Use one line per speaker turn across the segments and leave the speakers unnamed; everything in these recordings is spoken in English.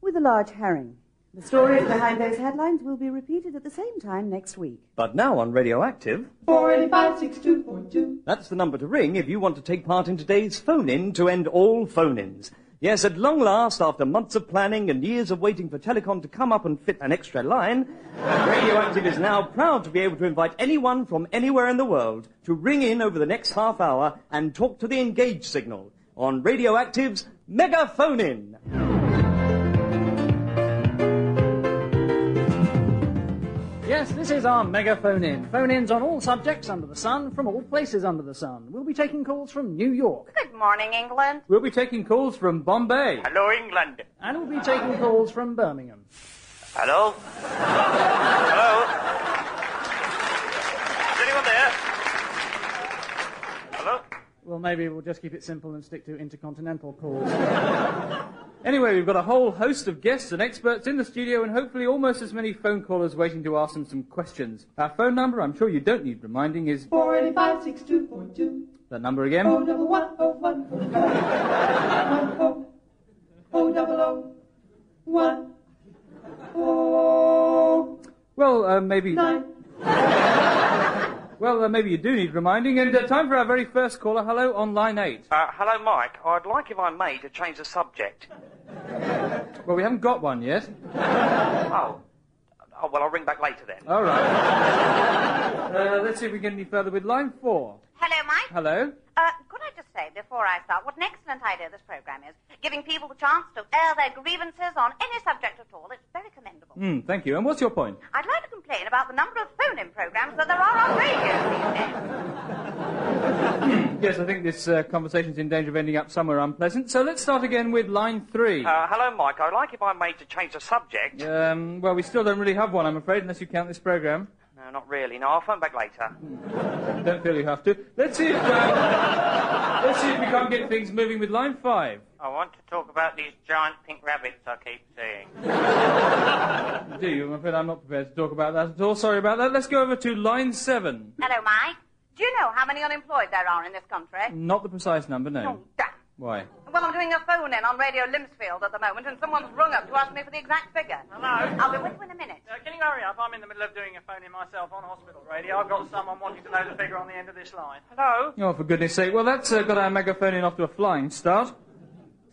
with a large herring. The stories behind those headlines will be repeated at the same time next week.
But now on Radioactive,
4856242.
that's the number to ring if you want to take part in today's phone in to end all phone ins. Yes, at long last, after months of planning and years of waiting for Telecom to come up and fit an extra line, Radioactive is now proud to be able to invite anyone from anywhere in the world to ring in over the next half hour and talk to the engage signal on Radioactive's Mega Phone In.
Yes, this is our megaphone in. Phone ins on all subjects under the sun, from all places under the sun. We'll be taking calls from New York.
Good morning, England.
We'll be taking calls from Bombay.
Hello, England.
And we'll be taking calls from Birmingham.
Hello? Hello? Is anyone there? Hello?
Well, maybe we'll just keep it simple and stick to intercontinental calls. anyway, we've got a whole host of guests and experts in the studio and hopefully almost as many phone callers waiting to ask them some questions. Our phone number, I'm sure you don't need reminding, is
4856242.
that number again?
Oh, double one, oh, one, oh, one, oh, oh, double oh, one, oh,
Well, uh, maybe.
nine.
Well, uh, maybe you do need reminding. And uh, time for our very first caller. Hello on line eight.
Uh, hello, Mike. I'd like, if I may, to change the subject.
Well, we haven't got one yet.
Oh. Oh, well, I'll ring back later then.
All right. Uh, let's see if we get any further with line four.
Hello, Mike.
Hello.
Uh, could I just say before I start what an excellent idea this program is? Giving people the chance to air their grievances on any subject at all. It's very commendable.
Hmm. Thank you. And what's your point?
I'd like to complain about the number of phone-in programs that there are on radio these days.
Yes, I think this uh, conversation's in danger of ending up somewhere unpleasant. So let's start again with line three.
Uh, hello, Mike. I'd like, if I may, to change the subject.
Um, well, we still don't really have one, I'm afraid, unless you count this program.
No, not really. No, I'll phone back later.
Hmm. Don't feel you have to. Let's see if uh, let's see if we can't get things moving with line five.
I want to talk about these giant pink rabbits I keep seeing.
Do you? I'm afraid I'm not prepared to talk about that at all. Sorry about that. Let's go over to line seven.
Hello, Mike. Do you know how many unemployed there are in this country?
Not the precise number, no.
Oh, damn.
Why?
Well, I'm doing a phone in on Radio Limsfield at the moment, and someone's rung up to ask me for the exact figure.
Hello.
I'll be with you in a minute.
Uh, can you hurry up? I'm in the middle of doing a phone in myself on hospital radio. I've got someone wanting to know the figure on the end of this line. Hello?
Oh, for goodness sake. Well, that's uh, got our megaphone in off to a flying start.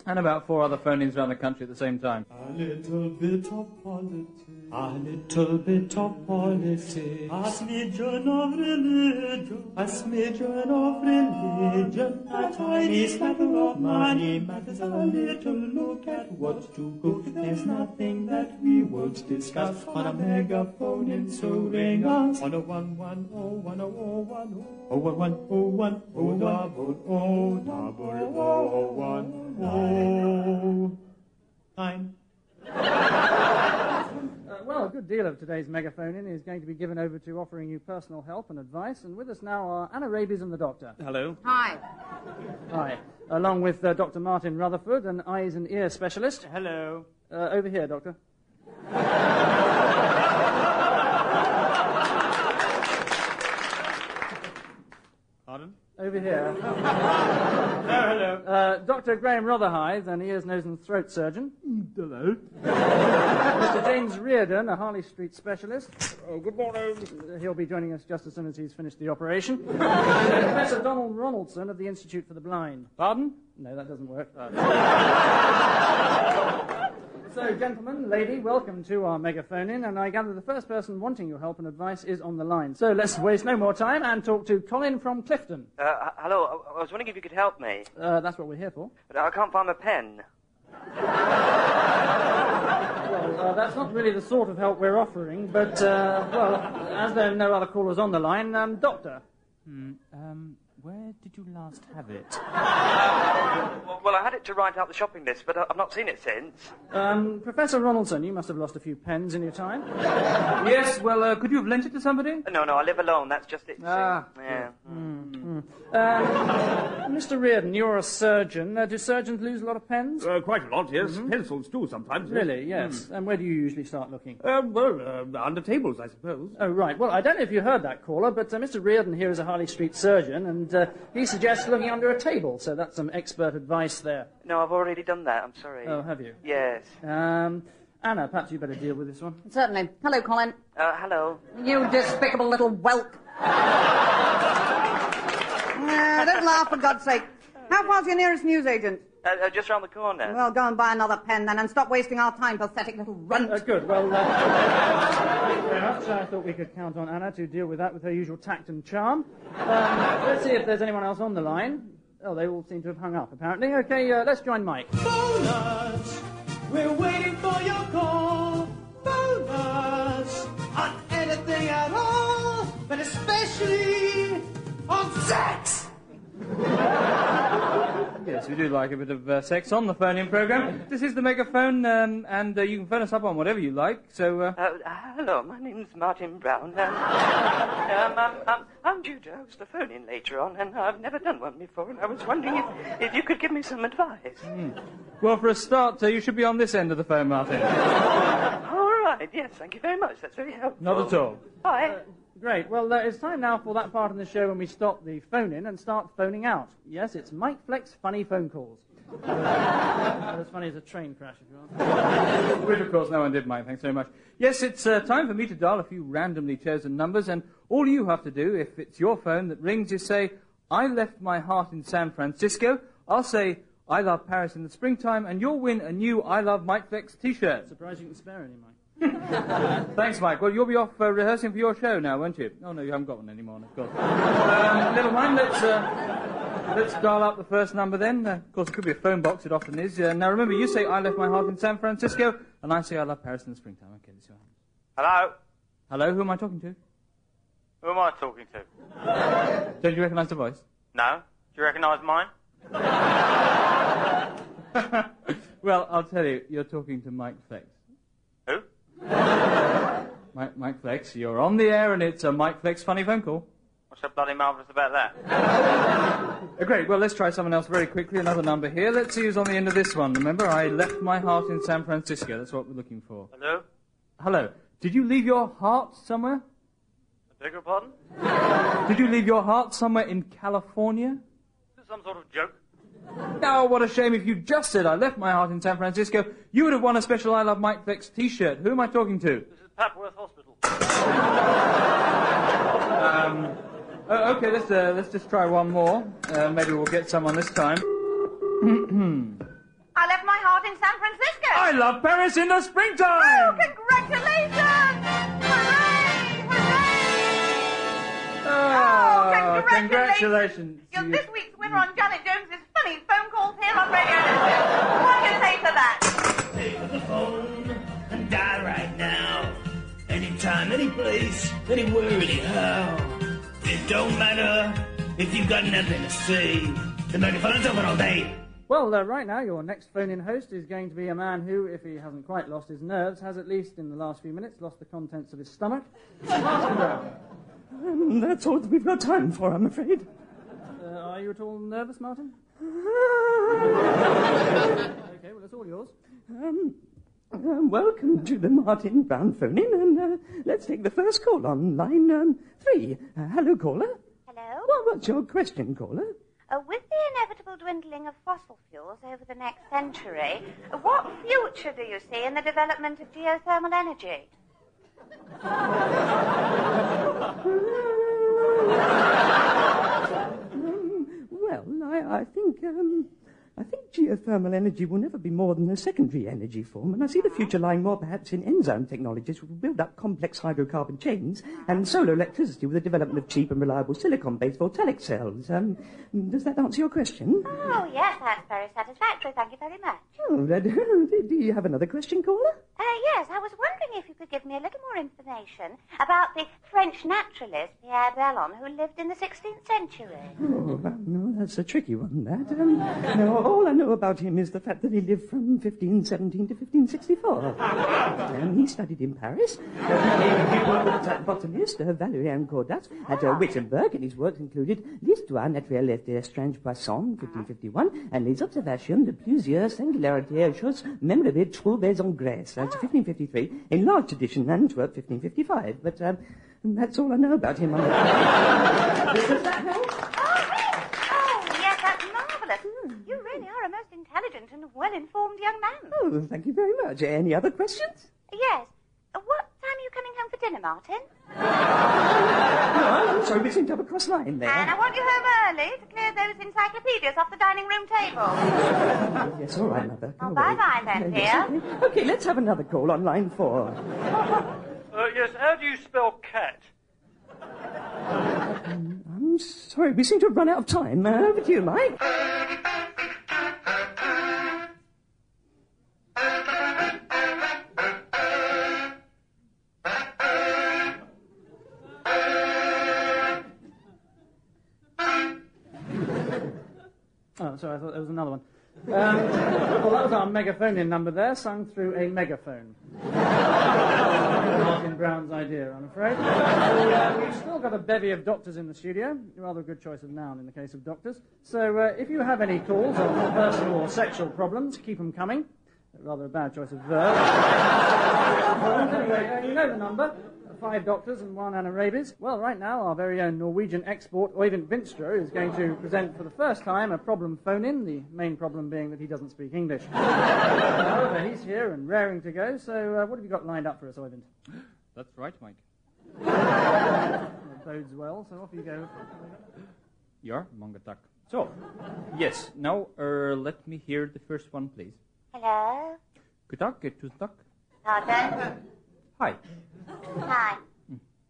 And about four other phone-ins around the country at the same time.
A little bit of politics. A little bit of politics. A smidgen of religion. A smidgen of religion. A tiny smatter of money matters. A little look at what's to go. There's nothing that we won't discuss on a megaphone in so ring us. On a one one oh one oh oh one oh oh one one oh one oh double oh double oh one oh. Nine.
Uh, well, a good deal of today's megaphone in is going to be given over to offering you personal help and advice. And with us now are Anna Rabies and the Doctor.
Hello.
Hi.
Hi. Along with uh, Dr. Martin Rutherford, an eyes and ear specialist.
Hello.
Uh, over here, Doctor.
Pardon?
Over here.
No, Oh, hello.
Uh, Dr. Graham Rotherhithe, an ears, nose, and throat surgeon.
Mm,
Hello. Mr. James Reardon, a Harley Street specialist.
Oh, good morning.
Uh, He'll be joining us just as soon as he's finished the operation. And Professor Donald Ronaldson of the Institute for the Blind. Pardon? No, that doesn't work. Uh, so, gentlemen, lady, welcome to our megaphone in, and I gather the first person wanting your help and advice is on the line. So let's waste no more time and talk to Colin from Clifton.
Uh, h- hello. I-, I was wondering if you could help me.
Uh, that's what we're here for.
But I can't find my pen.
Uh, that's not really the sort of help we're offering, but, uh, well, as there are no other callers on the line, um, Doctor.
Um, where did you last have it?
Well, well, I had it to write out the shopping list, but I- I've not seen it since.
Um, Professor Ronaldson, you must have lost a few pens in your time.
Yes, well, uh, could you have lent it to somebody?
No, no, I live alone. That's just it. you see.
Ah.
Yeah.
Mm. Um, Mr. Reardon, you're a surgeon. Uh, do surgeons lose a lot of pens?
Uh, quite a lot, yes. Pencils too sometimes. yes.
Mm-hmm. Really, yes. And where do you usually start looking?
Uh, well, uh, under tables, I suppose.
Oh, right. Well, I don't know if you heard that caller, but uh, Mr. Reardon here is a Harley Street surgeon, and uh, he suggests looking under a table, so that's some expert advice there.
No, I've already done that. I'm sorry.
Oh, have you?
Yes.
Um, Anna, perhaps you better deal with this one.
Certainly. Hello, Colin.
Uh, hello.
You despicable little whelp.
Uh, don't laugh, for God's sake. How far's your nearest newsagent?
Uh, uh, just round the corner.
Well, go and buy another pen then and stop wasting our time, pathetic little runt.
Uh, good. Well, uh, thank you very much. I thought we could count on Anna to deal with that with her usual tact and charm. Um, let's see if there's anyone else on the line. Oh, they all seem to have hung up, apparently. Okay, uh, let's join Mike.
Bonus, we're waiting for your call. Bonus, on anything at all, but especially on sex.
Yes, we do like a bit of uh, sex on the phone-in program. This is the megaphone, um, and uh, you can phone us up on whatever you like. So, uh,
Uh, hello, my name's Martin Brown. Um, um, um, um, I'm due to host the phone in later on, and I've never done one before, and I was wondering if, if you could give me some advice.
well, for a start, uh, you should be on this end of the phone, Martin.
All right, yes, thank you very much. That's very helpful.
Not at all.
Bye.
Great. Well, uh, it's time now for that part in the show when we stop the phone in and start phoning out. Yes, it's Mike Fleck's funny phone calls. Not as funny as a train crash, if you ask. Which, of course, no one did, Mike. Thanks very much. Yes, it's uh, time for me to dial a few randomly chosen numbers, and all you have to do, if it's your phone that rings, is say, I left my heart in San Francisco. I'll say, I love Paris in the springtime, and you'll win a new I Love Mike Flex t shirt. Surprised you can spare any, Mike. Thanks, Mike. Well, you'll be off uh, rehearsing for your show now, won't you? Oh, no, you haven't got one anymore, of course. um, never mind. Let's, uh, let's dial up the first number then. Uh, of course, it could be a phone box. It often is. Uh, now, remember, you say, I left my heart in San Francisco, and I say, I love Paris in the springtime. Okay, let's see what happens.
Hello?
Hello, who am I talking to?
Who am I talking to?
Don't you recognize the voice?
No. Do you recognise mine?
well, I'll tell you, you're talking to Mike Flex.
Who?
Mike, Mike Flex, you're on the air, and it's a Mike Flex funny phone call.
What's so bloody marvellous about that?
Uh, Great. Well, let's try someone else very quickly. Another number here. Let's see who's on the end of this one. Remember, I left my heart in San Francisco. That's what we're looking for.
Hello?
Hello. Did you leave your heart somewhere?
I beg your pardon?
Did you leave your heart somewhere in California?
Is it some sort of joke?
Oh, what a shame. If you just said I left my heart in San Francisco, you would have won a special I Love Mike Flex t-shirt. Who am I talking to?
This is Papworth Hospital.
Oh, okay, let's, uh, let's just try one more. Uh, maybe we'll get someone this time.
I left my heart in San Francisco.
I love Paris in the
Oh,
springtime!
congratulations! Hooray! Hooray!
Oh,
congratulations.
congratulations.
You're
You-
this week's winner on Janet Jones's funny phone calls here on Radio Edison. What do you say to that?
Pick up the phone and die right now. Anytime, any place, anywhere, anyhow. It don't matter if you got nothing to say. The megaphone's open all day.
Well, uh, right now, your next phone in host is going to be a man who, if he hasn't quite lost his nerves, has at least in the last few minutes lost the contents of his stomach. Martin Brown.
Mm, That's all that we've got time for, I'm afraid.
Uh, are you at all nervous, Martin? okay, well, it's all yours.
Um, uh, welcome to the Martin Brown phone in, and uh, let's take the first call on line um, three. Uh, hello, caller.
Hello?
Well, what's your question, caller?
Uh, with the inevitable dwindling of fossil fuels over the next century, uh, what future do you see in the development of geothermal energy?
Um, Well, I, I think um, I think geothermal energy will never be more than a secondary energy form, and I see the future lying more perhaps in enzyme technologies, which will build up complex hydrocarbon chains, and solar electricity with the development of cheap and reliable silicon-based voltaic cells. Um, does that answer your question?
Oh, yes, that's very satisfactory. Thank you very much.
Oh, that- do do you have another question, caller?
Uh, yes, I was wondering if you could give me a little more information about the French naturalist Pierre Bellon who lived in the 16th century.
Oh, well, no, that's a tricky one, that. Um, no, all I know know about him is the fact that he lived from 1517 to 1564. um, he studied in Paris. Uh, he was a botanist, uh, Valerian Cordat, at uh, Wittenberg, and his works included L'histoire naturelle des strange poissons, 1551, and Les observations de plusieurs singularités et choses mémorables trouvées en Grèce, that's 1553, in large edition, Antwerp, 1555. But um, that's all I know about him. I'm-
Oh, yes, that's marvellous. You really are a most intelligent and well-informed young man.
oh, thank you very much. Any other questions?
Yes. Uh, What time are you coming home for dinner, Martin?
No, I'm sorry, we seem to have a cross line there.
And I want you home early to clear those encyclopedias off the dining room table.
Yes, all right, Mother. Go
Oh,
away.
bye-bye then,
Uh, yes,
dear.
okay. okay, let's have another call on line four.
Uh, yes, how do you spell cat?
Um, I'm sorry, we seem to have run out of time. Uh, over to you, Mike.
Oh, sorry, I thought there was another one. Um, well, that was our megaphone number there, sung through a megaphone. Martin Brown's idea, I'm afraid. Uh, we've still got a bevy of doctors in the studio. Rather a good choice of noun in the case of doctors. So uh, if you have any calls on personal or sexual problems, keep them coming. Rather a bad choice of verb. Well, anyway, uh, you know the number. Five doctors and one Anna Rabies. Well, right now, our very own Norwegian export, Oyvind Vinstro, is going to present for the first time a problem phone in, the main problem being that he doesn't speak English. However, he's here and raring to go, so uh, what have you got lined up for us, Oyvind?
That's right, Mike.
That bodes well, so off you go.
Yeah, Mongatak. So, yes, now uh, let me hear the first one, please.
Hello?
Kutak, tutak.
Pardon?
Hi.
Hi.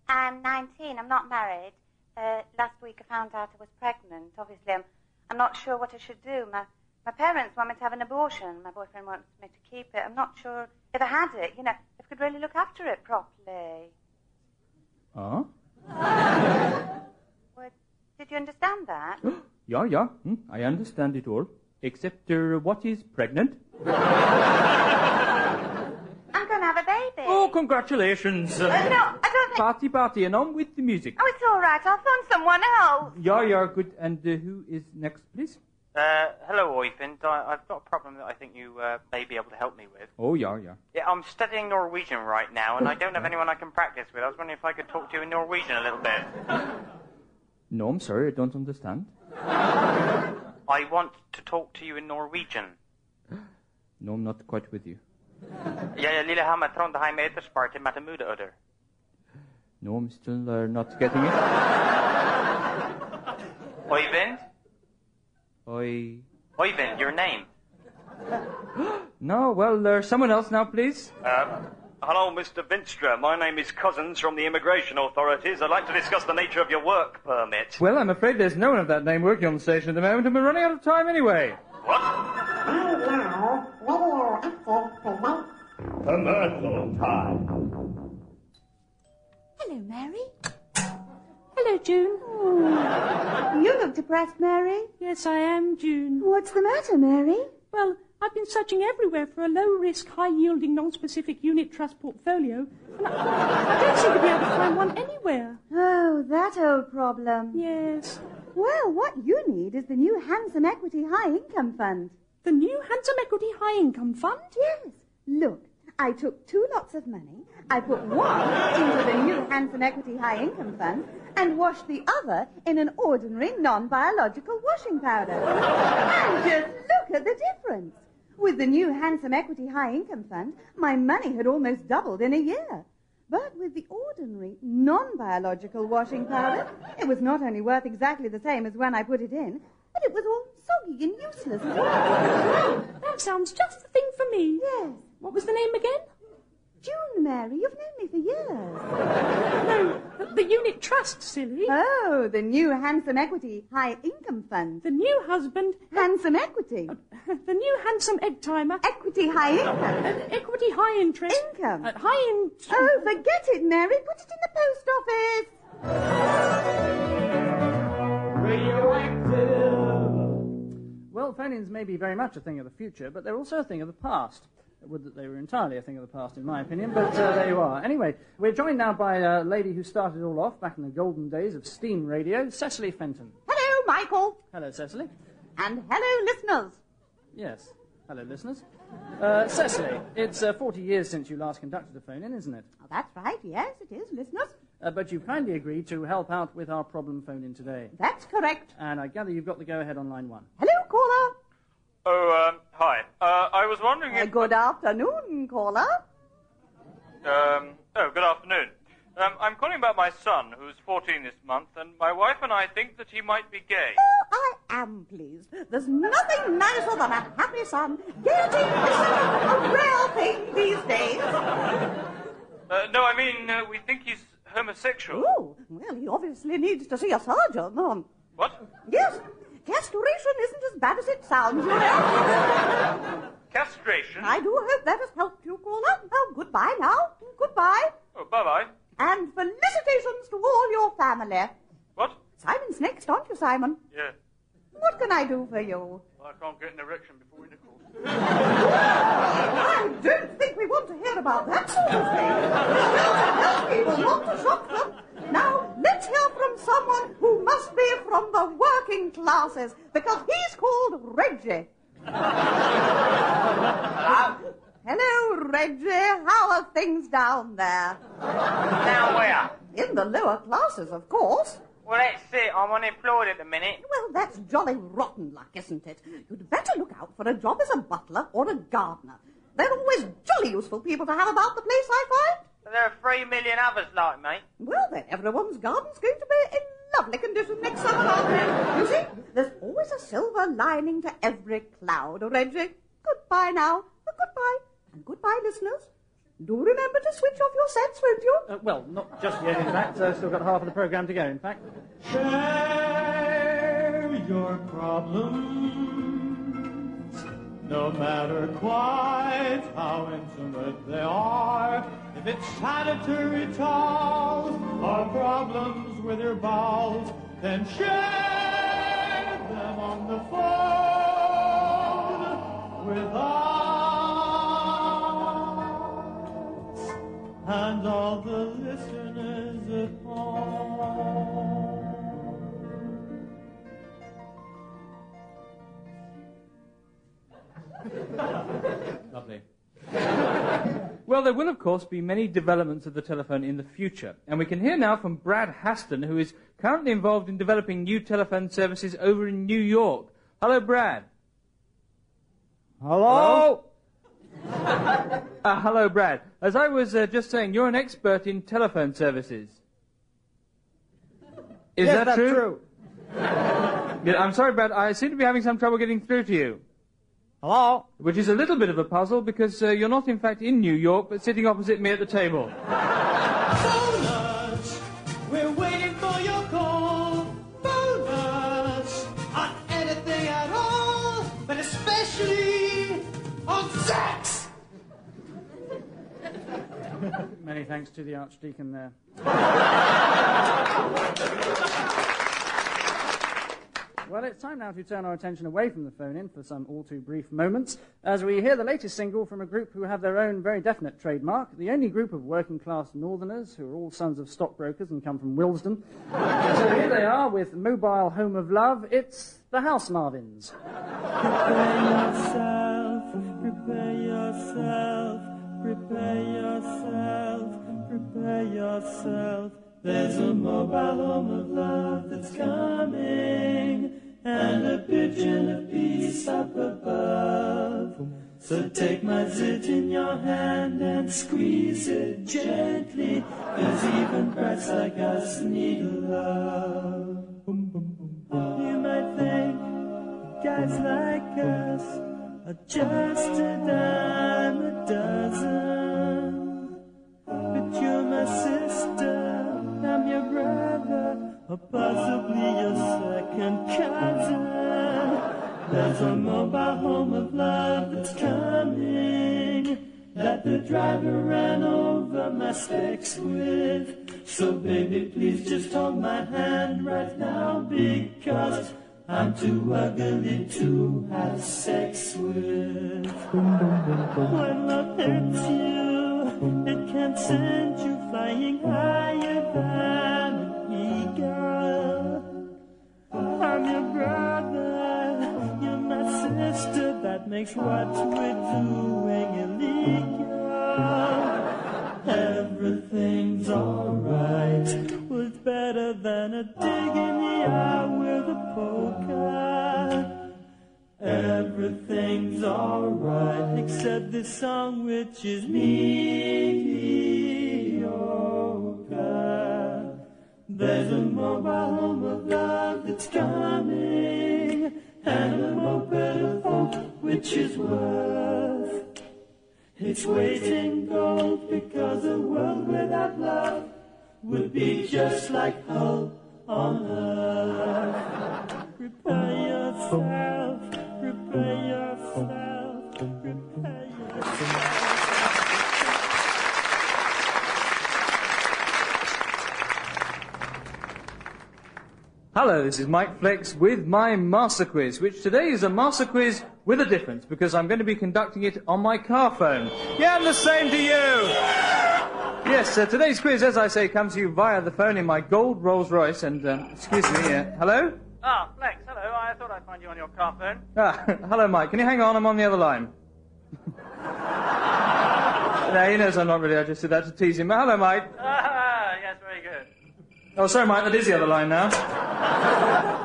I'm 19. I'm not married. Uh, last week I found out I was pregnant. Obviously, I'm, I'm not sure what I should do. My, my parents want me to have an abortion. My boyfriend wants me to keep it. I'm not sure if I had it, you know, if I could really look after it properly.
Huh?
Well, did you understand that?
Yeah, yeah, hmm, I understand it all. Except uh, what is pregnant?
I'm going to have a baby.
Oh, congratulations!
Uh, no, I don't think.
Party, party, and on with the music.
Oh, it's all right. I'll phone someone else.
Yeah, yeah, good. And uh, who is next, please?
Uh, hello, Oyvind. I, I've got a problem that I think you uh, may be able to help me with.
Oh, yeah, yeah.
Yeah, I'm studying Norwegian right now, and I don't have anyone I can practice with. I was wondering if I could talk to you in Norwegian a little bit.
No, I'm sorry, I don't understand.
I want to talk to you in Norwegian.
No, I'm not quite with you.
Ja, jeg lille har med Trondheim Eterspar til Matamudeodder.
No, I'm still uh, not getting it.
Oyvind?
I.
Oyvind, your name.
No, well, uh, someone else now, please.
Hello, Mr. Vinstra. My name is Cousins from the immigration authorities. I'd like to discuss the nature of your work permit.
Well, I'm afraid there's no one of that name working on the station at the moment, and we're running out of time anyway.
Commercial time.
Hello, Mary. Hello, June. you look depressed, Mary.
Yes, I am, June.
What's the matter, Mary?
Well, I've been searching everywhere for a low-risk, high-yielding, non-specific unit trust portfolio, and I, I don't seem to be able to find one anywhere.
Oh, that old problem.
Yes,
Well, what you need is the new Handsome Equity High Income Fund.
the new Handsome Equity High Income Fund.
Yes. Look, I took two lots of money. I put one into the new Handsome Equity High Income Fund and washed the other in an ordinary non-biological washing powder. and just look at the difference. With the new Handsome Equity High Income Fund, my money had almost doubled in a year. But with the ordinary, non-biological washing powder, it was not only worth exactly the same as when I put it in, but it was all soggy and useless as well.
That sounds just the thing for me.
Yes.
What was the name again?
June, Mary, you've known me for years.
No, the, the unit trust, silly.
Oh, the new Handsome Equity High Income Fund.
the new husband,
Handsome Equity.
the new handsome egg timer,
Equity High Income.
equity high interest,
Income.
uh, high in.
Oh, forget it, Mary. Put it in the post office.
Well, Well, phone-ins may be very much a thing of the future, but they're also a thing of the past. It Would that they were entirely a thing of the past, in my opinion, but uh, there you are. Anyway, we're joined now by a lady who started it all off back in the golden days of steam radio, Cecily Fenton.
Hello, Michael.
Hello, Cecily.
And hello, listeners.
Yes. Hello, listeners. Uh, Cecily, it's uh, 40 years since you last conducted a phone-in, isn't it?
Oh, that's right. Yes, it is, listeners.
Uh, but you kindly agreed to help out with our problem phone-in today.
That's correct.
And I gather you've got the go-ahead on line one.
Hello, caller.
Oh, um, hi. Uh, I was wondering
Uh,
if.
good afternoon, caller.
Um, oh, good afternoon. Um, I'm calling about my son, who's 14 this month, and my wife and I think that he might be gay.
Oh, I am pleased. There's nothing nicer than a happy son. Gaiety is such a rare thing these days.
Uh, no, I mean, uh, we think he's homosexual.
Oh, well, he obviously needs to see a surgeon. Um,
What?
yes, castration isn't as bad as it sounds, you know.
Castration?
I do hope that has helped you, caller. Well, goodbye now. Goodbye.
Oh, bye bye.
And felicitations to all your family.
What?
Simon's next, aren't you, Simon?
Yeah.
What can I do for you?
Well, I can't get an erection before intercourse.
I don't think we want to hear about that sort of thing. Help people, not to shock them. Now, let's hear from someone who must be from the working classes, because he's called Reggie. Ah, hello, Reggie. How are things down there?
Now where?
In the lower classes, of course.
Well, that's it. I'm unemployed at the minute.
Well, that's jolly rotten luck, isn't it? You'd better look out for a job as a butler or a gardener. They're always jolly useful people to have about the place, I find.
But there are three million others like me.
Well, then, everyone's garden's going to be in lovely condition next summer, aren't they? You see, there's always a silver lining to every cloud, Reggie. Goodbye now. Uh, Goodbye. And goodbye, listeners. Do remember to switch off your sets, won't you?
Uh, well, not just yet, in fact. Uh, still got half of the programme to go, in fact.
Share your problems, no matter quite how intimate they are. If it's sanitary towels or problems with your bowels, then share them on the phone with us and all the listeners at home.
Lovely. well, there will, of course, be many developments of the telephone in the future. And we can hear now from Brad Haston, who is currently involved in developing new telephone services over in New York. Hello, Brad. Hello? uh, hello, Brad. As I was uh, just saying, you're an expert in telephone services. Is
Yes,
that
that's
true? Yeah, I'm sorry, Brad. I seem to be having some trouble getting through to you. Hello? Which is a little bit of a puzzle because uh, you're not, in fact, in New York, but sitting opposite me at the table.
Phone us. We're waiting for your call. Phone us on anything at all, but especially on sex.
Many thanks to the Archdeacon there. Well, it's time now to turn our attention away from the phone in for some all too brief moments as we hear the latest single from a group who have their own very definite trademark, the only group of working class northerners who are all sons of stockbrokers and come from Willesden. so here they are with Mobile Home of Love. It's the House Marvins.
Prepare yourself, prepare yourself, prepare yourself, prepare yourself. There's a mobile home of love that's coming, and a pigeon of peace up above. So take my zit in your hand and squeeze it gently, 'cause even brats like us need love. You might think guys like us are just a dime a dozen. But you're my sister, I'm your brother, or possibly your second cousin. There's a mobile home of love that's coming that the driver ran over my specs with. So baby, please just hold my hand right now because I'm too ugly to have sex with. When Oh, love hurts you, it can send you flying higher than an eagle. I'm your brother, you're my sister, that makes what we're doing illegal. Everything's alright, was better than a dig in the eye with a poker. Everything's alright, except this song which is mediocre. There's a mobile home of love that's coming, and a moped of hope which is worth. It's waiting gold because a world without love would be just like hell on earth. Prepare yourself, prepare yourself, prepare yourself.
Hello, this is Mike Flex with my master quiz, which today is a master quiz with a difference because I'm going to be conducting it on my car phone. Yeah, and the same to you. Yes, uh, today's quiz, as I say, comes to you via the phone in my gold Rolls Royce. And um, excuse me, uh, hello.
Ah, Flex, hello. I thought I'd find you on your car phone.
Ah, hello, Mike. Can you hang on? I'm on the other line. no, he knows I'm not really. I just did that to tease him. But hello, Mike.
Ah, yes, very good.
Oh, sorry, Mike. That is the other line now.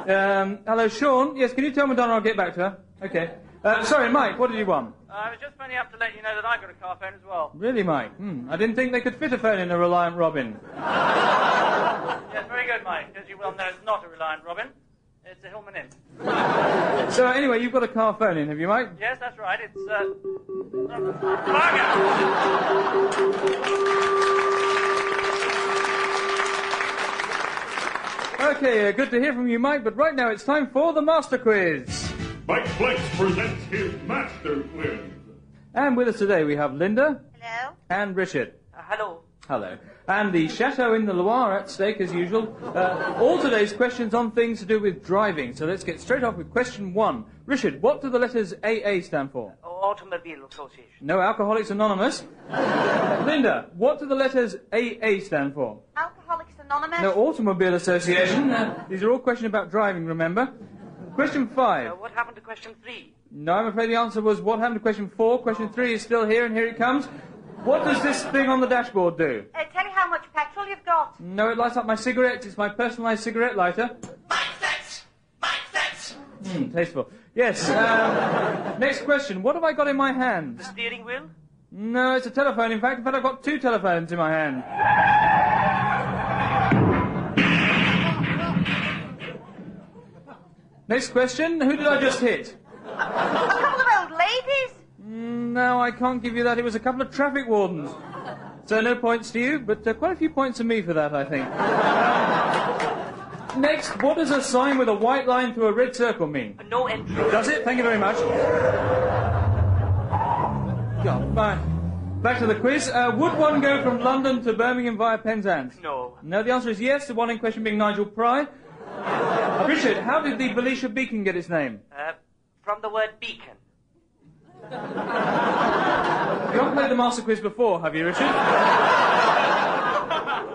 um, hello, Sean. Yes, can you tell Madonna I'll get back to her? Okay. Uh, sorry, Mike. What did you want?
Uh, I was just phoning up to let you know that I got a car phone as well.
Really, Mike? Hmm. I didn't think they could fit a phone in a Reliant Robin.
Yes, very good, Mike. As you well know, it's not a Reliant Robin. It's a Hillman Inn.
So anyway, you've got a car phone in, have you, Mike?
Yes, that's right. It's, uh... Bugger!
Okay, uh, good to hear from you, Mike. But right now it's time for the master quiz.
Mike Flex presents his master quiz.
And with us today we have Linda. Hello. And Richard.
Uh, hello.
Hello. And the chateau in the Loire at stake as usual. Uh, all today's questions on things to do with driving. So let's get straight off with question one. Richard, what do the letters AA stand for?
Automobile Association.
No Alcoholics Anonymous. Linda, what do the letters AA stand for?
Alcoholics Anonymous.
No Automobile Association. Uh, these are all questions about driving, remember? Question five.
Uh, what happened to question three?
No, I'm afraid the answer was what happened to question four. Question three is still here, and here it comes. What does this thing on the dashboard do?
Uh, tell you how much petrol you've got.
No, it lights up my cigarettes. It's my personalised cigarette lighter. Mm, tasteful. Yes. Um, next question. What have I got in my hand?
The steering wheel?
No, it's a telephone. In fact, in fact, I've got two telephones in my hand. Next question. Who did I just hit?
A couple of old ladies.
Mm, No, I can't give you that. It was a couple of traffic wardens. So no points to you, but uh, quite a few points to me for that, I think. Um, next, what does a sign with a white line through a red circle mean?
Uh, No entry.
Does it? Thank you very much. God, bye. Back to the quiz. Uh, would one go from London to Birmingham via Penzance?
No.
No, the answer is yes. The one in question being Nigel Pry. Richard, how did the Belisha Beacon get its name?
Uh, from the word beacon.
You haven't played the Master Quiz before, have you, Richard?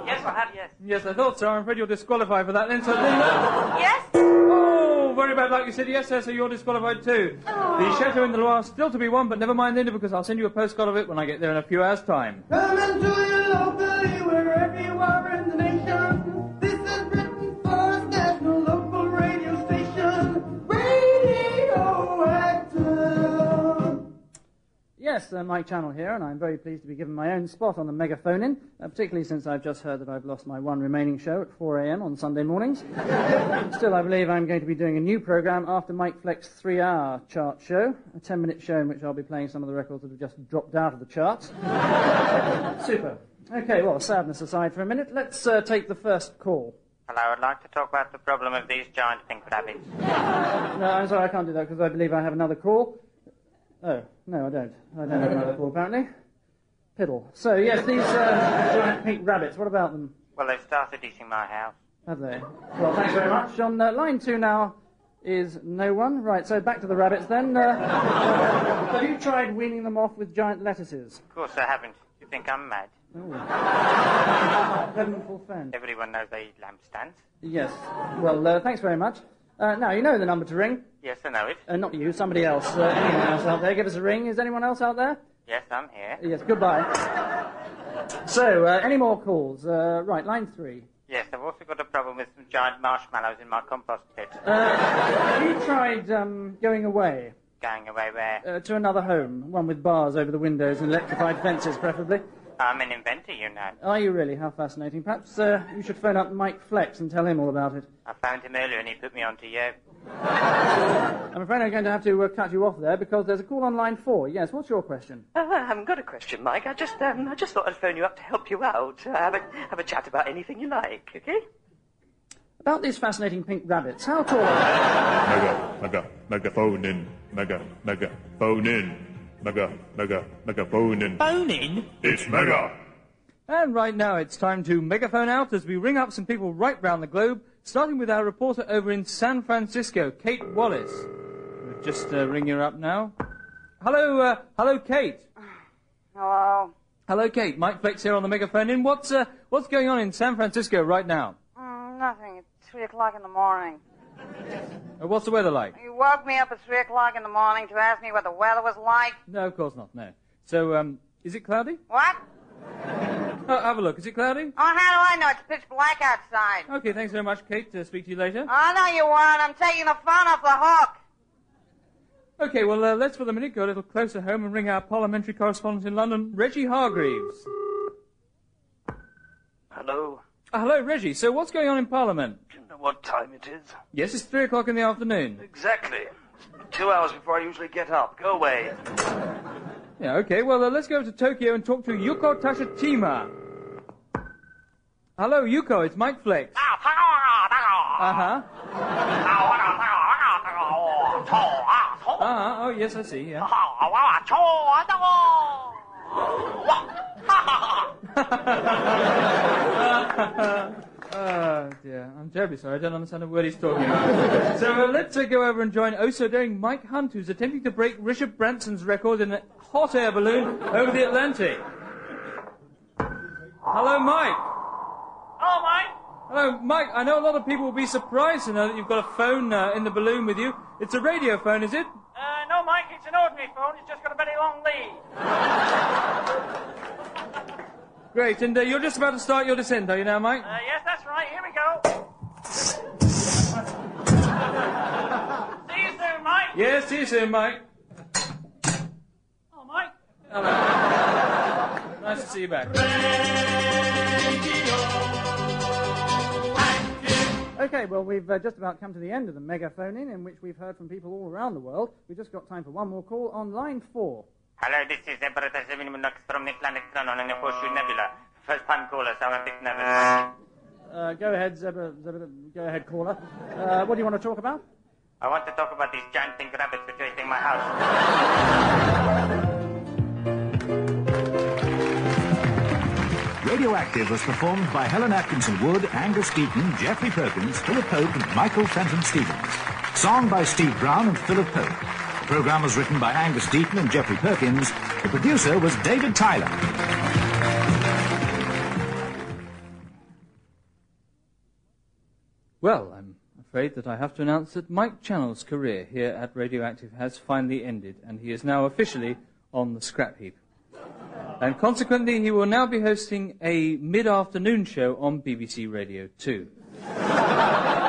Yes, I have, yes.
Yes, I thought so. I'm afraid you're disqualified for that then. So, Linda?
Yes?
Oh, very bad luck. You said yes, sir, so you're disqualified too. The Chateau in the Loire still to be won, but never mind, Linda, because I'll send you a postcard of it when I get there in a few hours' time.
Come into your locally, wherever you are in the nation. This is written for us national local radio station, Radio Active.
Yes, uh, Mike Channel here, and I'm very pleased to be given my own spot on the megaphone in, uh, particularly since I've just heard that I've lost my one remaining show at 4 a.m. on Sunday mornings. Still, I believe I'm going to be doing a new program after Mike Fleck's three hour chart show, a 10 minute show in which I'll be playing some of the records that have just dropped out of the charts. Super. Okay, well, sadness aside for a minute, let's uh, take the first call.
Hello, I'd like to talk about the problem of these giant pink rabbits.
No, I'm sorry, I can't do that because I believe I have another call. Oh, no, I don't. I don't have another call, apparently. Piddle. So, yes, these uh, giant pink rabbits, what about them?
Well, they've started eating my house.
Have they? Well, thanks very much. On uh, line two now is no one. Right, so back to the rabbits then. Uh, have you tried weaning them off with giant lettuces?
Of course I haven't. You think I'm mad?
Elemental fan.
Everyone knows I eat lampstands.
Yes. Well, uh, thanks very much. Uh, now, you know the number to ring.
Yes, I know it.
Uh, not you, somebody else. Uh, anyone else out there, give us a ring. Is anyone else out there?
Yes, I'm here.
Yes, goodbye. So, uh, any more calls? Uh, right, line three.
Yes, I've also got a problem with some giant marshmallows in my compost pit.
Uh.
Have you tried um, going away
Going away where?
uh, to another home? One with bars over the windows and electrified fences, preferably.
I'm an inventor, you know.
Are you really? How fascinating. Perhaps uh, you should phone up Mike Flex and tell him all about it.
I found him earlier and he put me on to you.
I'm afraid I'm going to have to uh, cut you off there because there's a call on line four. Yes, what's your question?
Uh, I haven't got a question, Mike. I just, um, I just thought I'd phone you up to help you out. Uh, have a, have a chat about anything you like, okay?
About these fascinating pink rabbits. How tall are
Mega, mega, megaphone in. Mega, mega, phone in. Mega, mega, megaphone in. Phone in? It's mega.
And right now it's time to megaphone out as we ring up some people right round the globe, starting with our reporter over in San Francisco, Kate Wallace. We'll just uh, ring her up now. Hello, uh, hello, Kate.
Hello.
Hello, Kate. Mike Flex here on the megaphone. In what's uh, what's going on in San Francisco right now?
Mm, nothing. It's 3 o'clock in the morning.
Uh, what's the weather like?
You woke me up at 3 o'clock in the morning to ask me what the weather was like.
No, of course not. No. So, um, is it cloudy?
What?
Oh, have a look. Is it cloudy?
Oh, how do I know? It's pitch black outside.
Okay. Thanks very much, Kate. Uh, speak to you later.
Oh, no, you weren't. I'm taking the phone off the hook.
Okay, well, uh, let's for the minute go a little closer home and ring our parliamentary correspondent in London, Reggie Hargreaves.
Hello.
Uh, hello, Reggie. So, what's going on in Parliament?
Do you know what time it is?
Yes, it's three o'clock in the afternoon.
Exactly. Two hours before I usually get up. Go away.
Yeah, okay. Well, uh, let's go to Tokyo and talk to Yuko Tashitima. Hello, Yuko. It's Mike Flex.
Ah,
Uh huh.
Oh, ah,
Uh huh. Oh yes, I see. Yeah. Oh dear, I'm terribly sorry. I don't understand a word he's talking about. so uh, let's uh, go over and join oh so daring Mike Hunt, who's attempting to break Richard Branson's record in a hot air balloon over the Atlantic. Hello, Mike.
Hello, Mike.
Hello, Mike. I know a lot of people will be surprised to know that you've got a phone uh, in the balloon with you. It's a radio phone, is it?
Uh, no, Mike, it's an ordinary phone. It's just got a very long lead.
Great. And uh, you're just about to start your descent, are you now, Mike?
Uh, yes, that's right. Here we go. See you soon, Mike.
Yes, see you soon, Mike.
Oh, Mike.
Nice to see you back.
Okay, well, we've uh, just about come to the end of the megaphone in, in which we've heard from people all around the world. We've just got time for one more call on line four.
Hello, this is Emperor Seminox from the planet Cronon in the Horseshoe Nebula. First time caller, so I'm a bit nervous.
Uh, go ahead, Zebra, Zebra, go ahead, caller. Uh, what do you want to talk about?
I want to talk about these giant pink rabbits which are eating my house.
Radioactive was performed by Helen Atkinson Wood, Angus Deaton, Jeffrey Perkins, Philip Pope, and Michael Fenton Stevens. Song by Steve Brown and Philip Pope. The program was written by Angus Deaton and Jeffrey Perkins. The producer was David Tyler.
Well, I'm afraid that I have to announce that Mike Channel's career here at Radioactive has finally ended, and he is now officially on the scrap heap. And consequently, he will now be hosting a mid afternoon show on BBC Radio 2.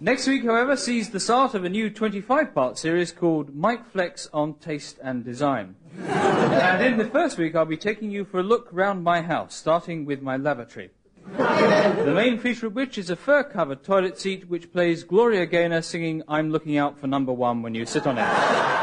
Next week, however, sees the start of a new 25 part series called Mike Flex on Taste and Design. and in the first week, I'll be taking you for a look round my house, starting with my lavatory. The main feature of which is a fur covered toilet seat which plays Gloria Gaynor singing I'm Looking Out for Number One when you sit on it.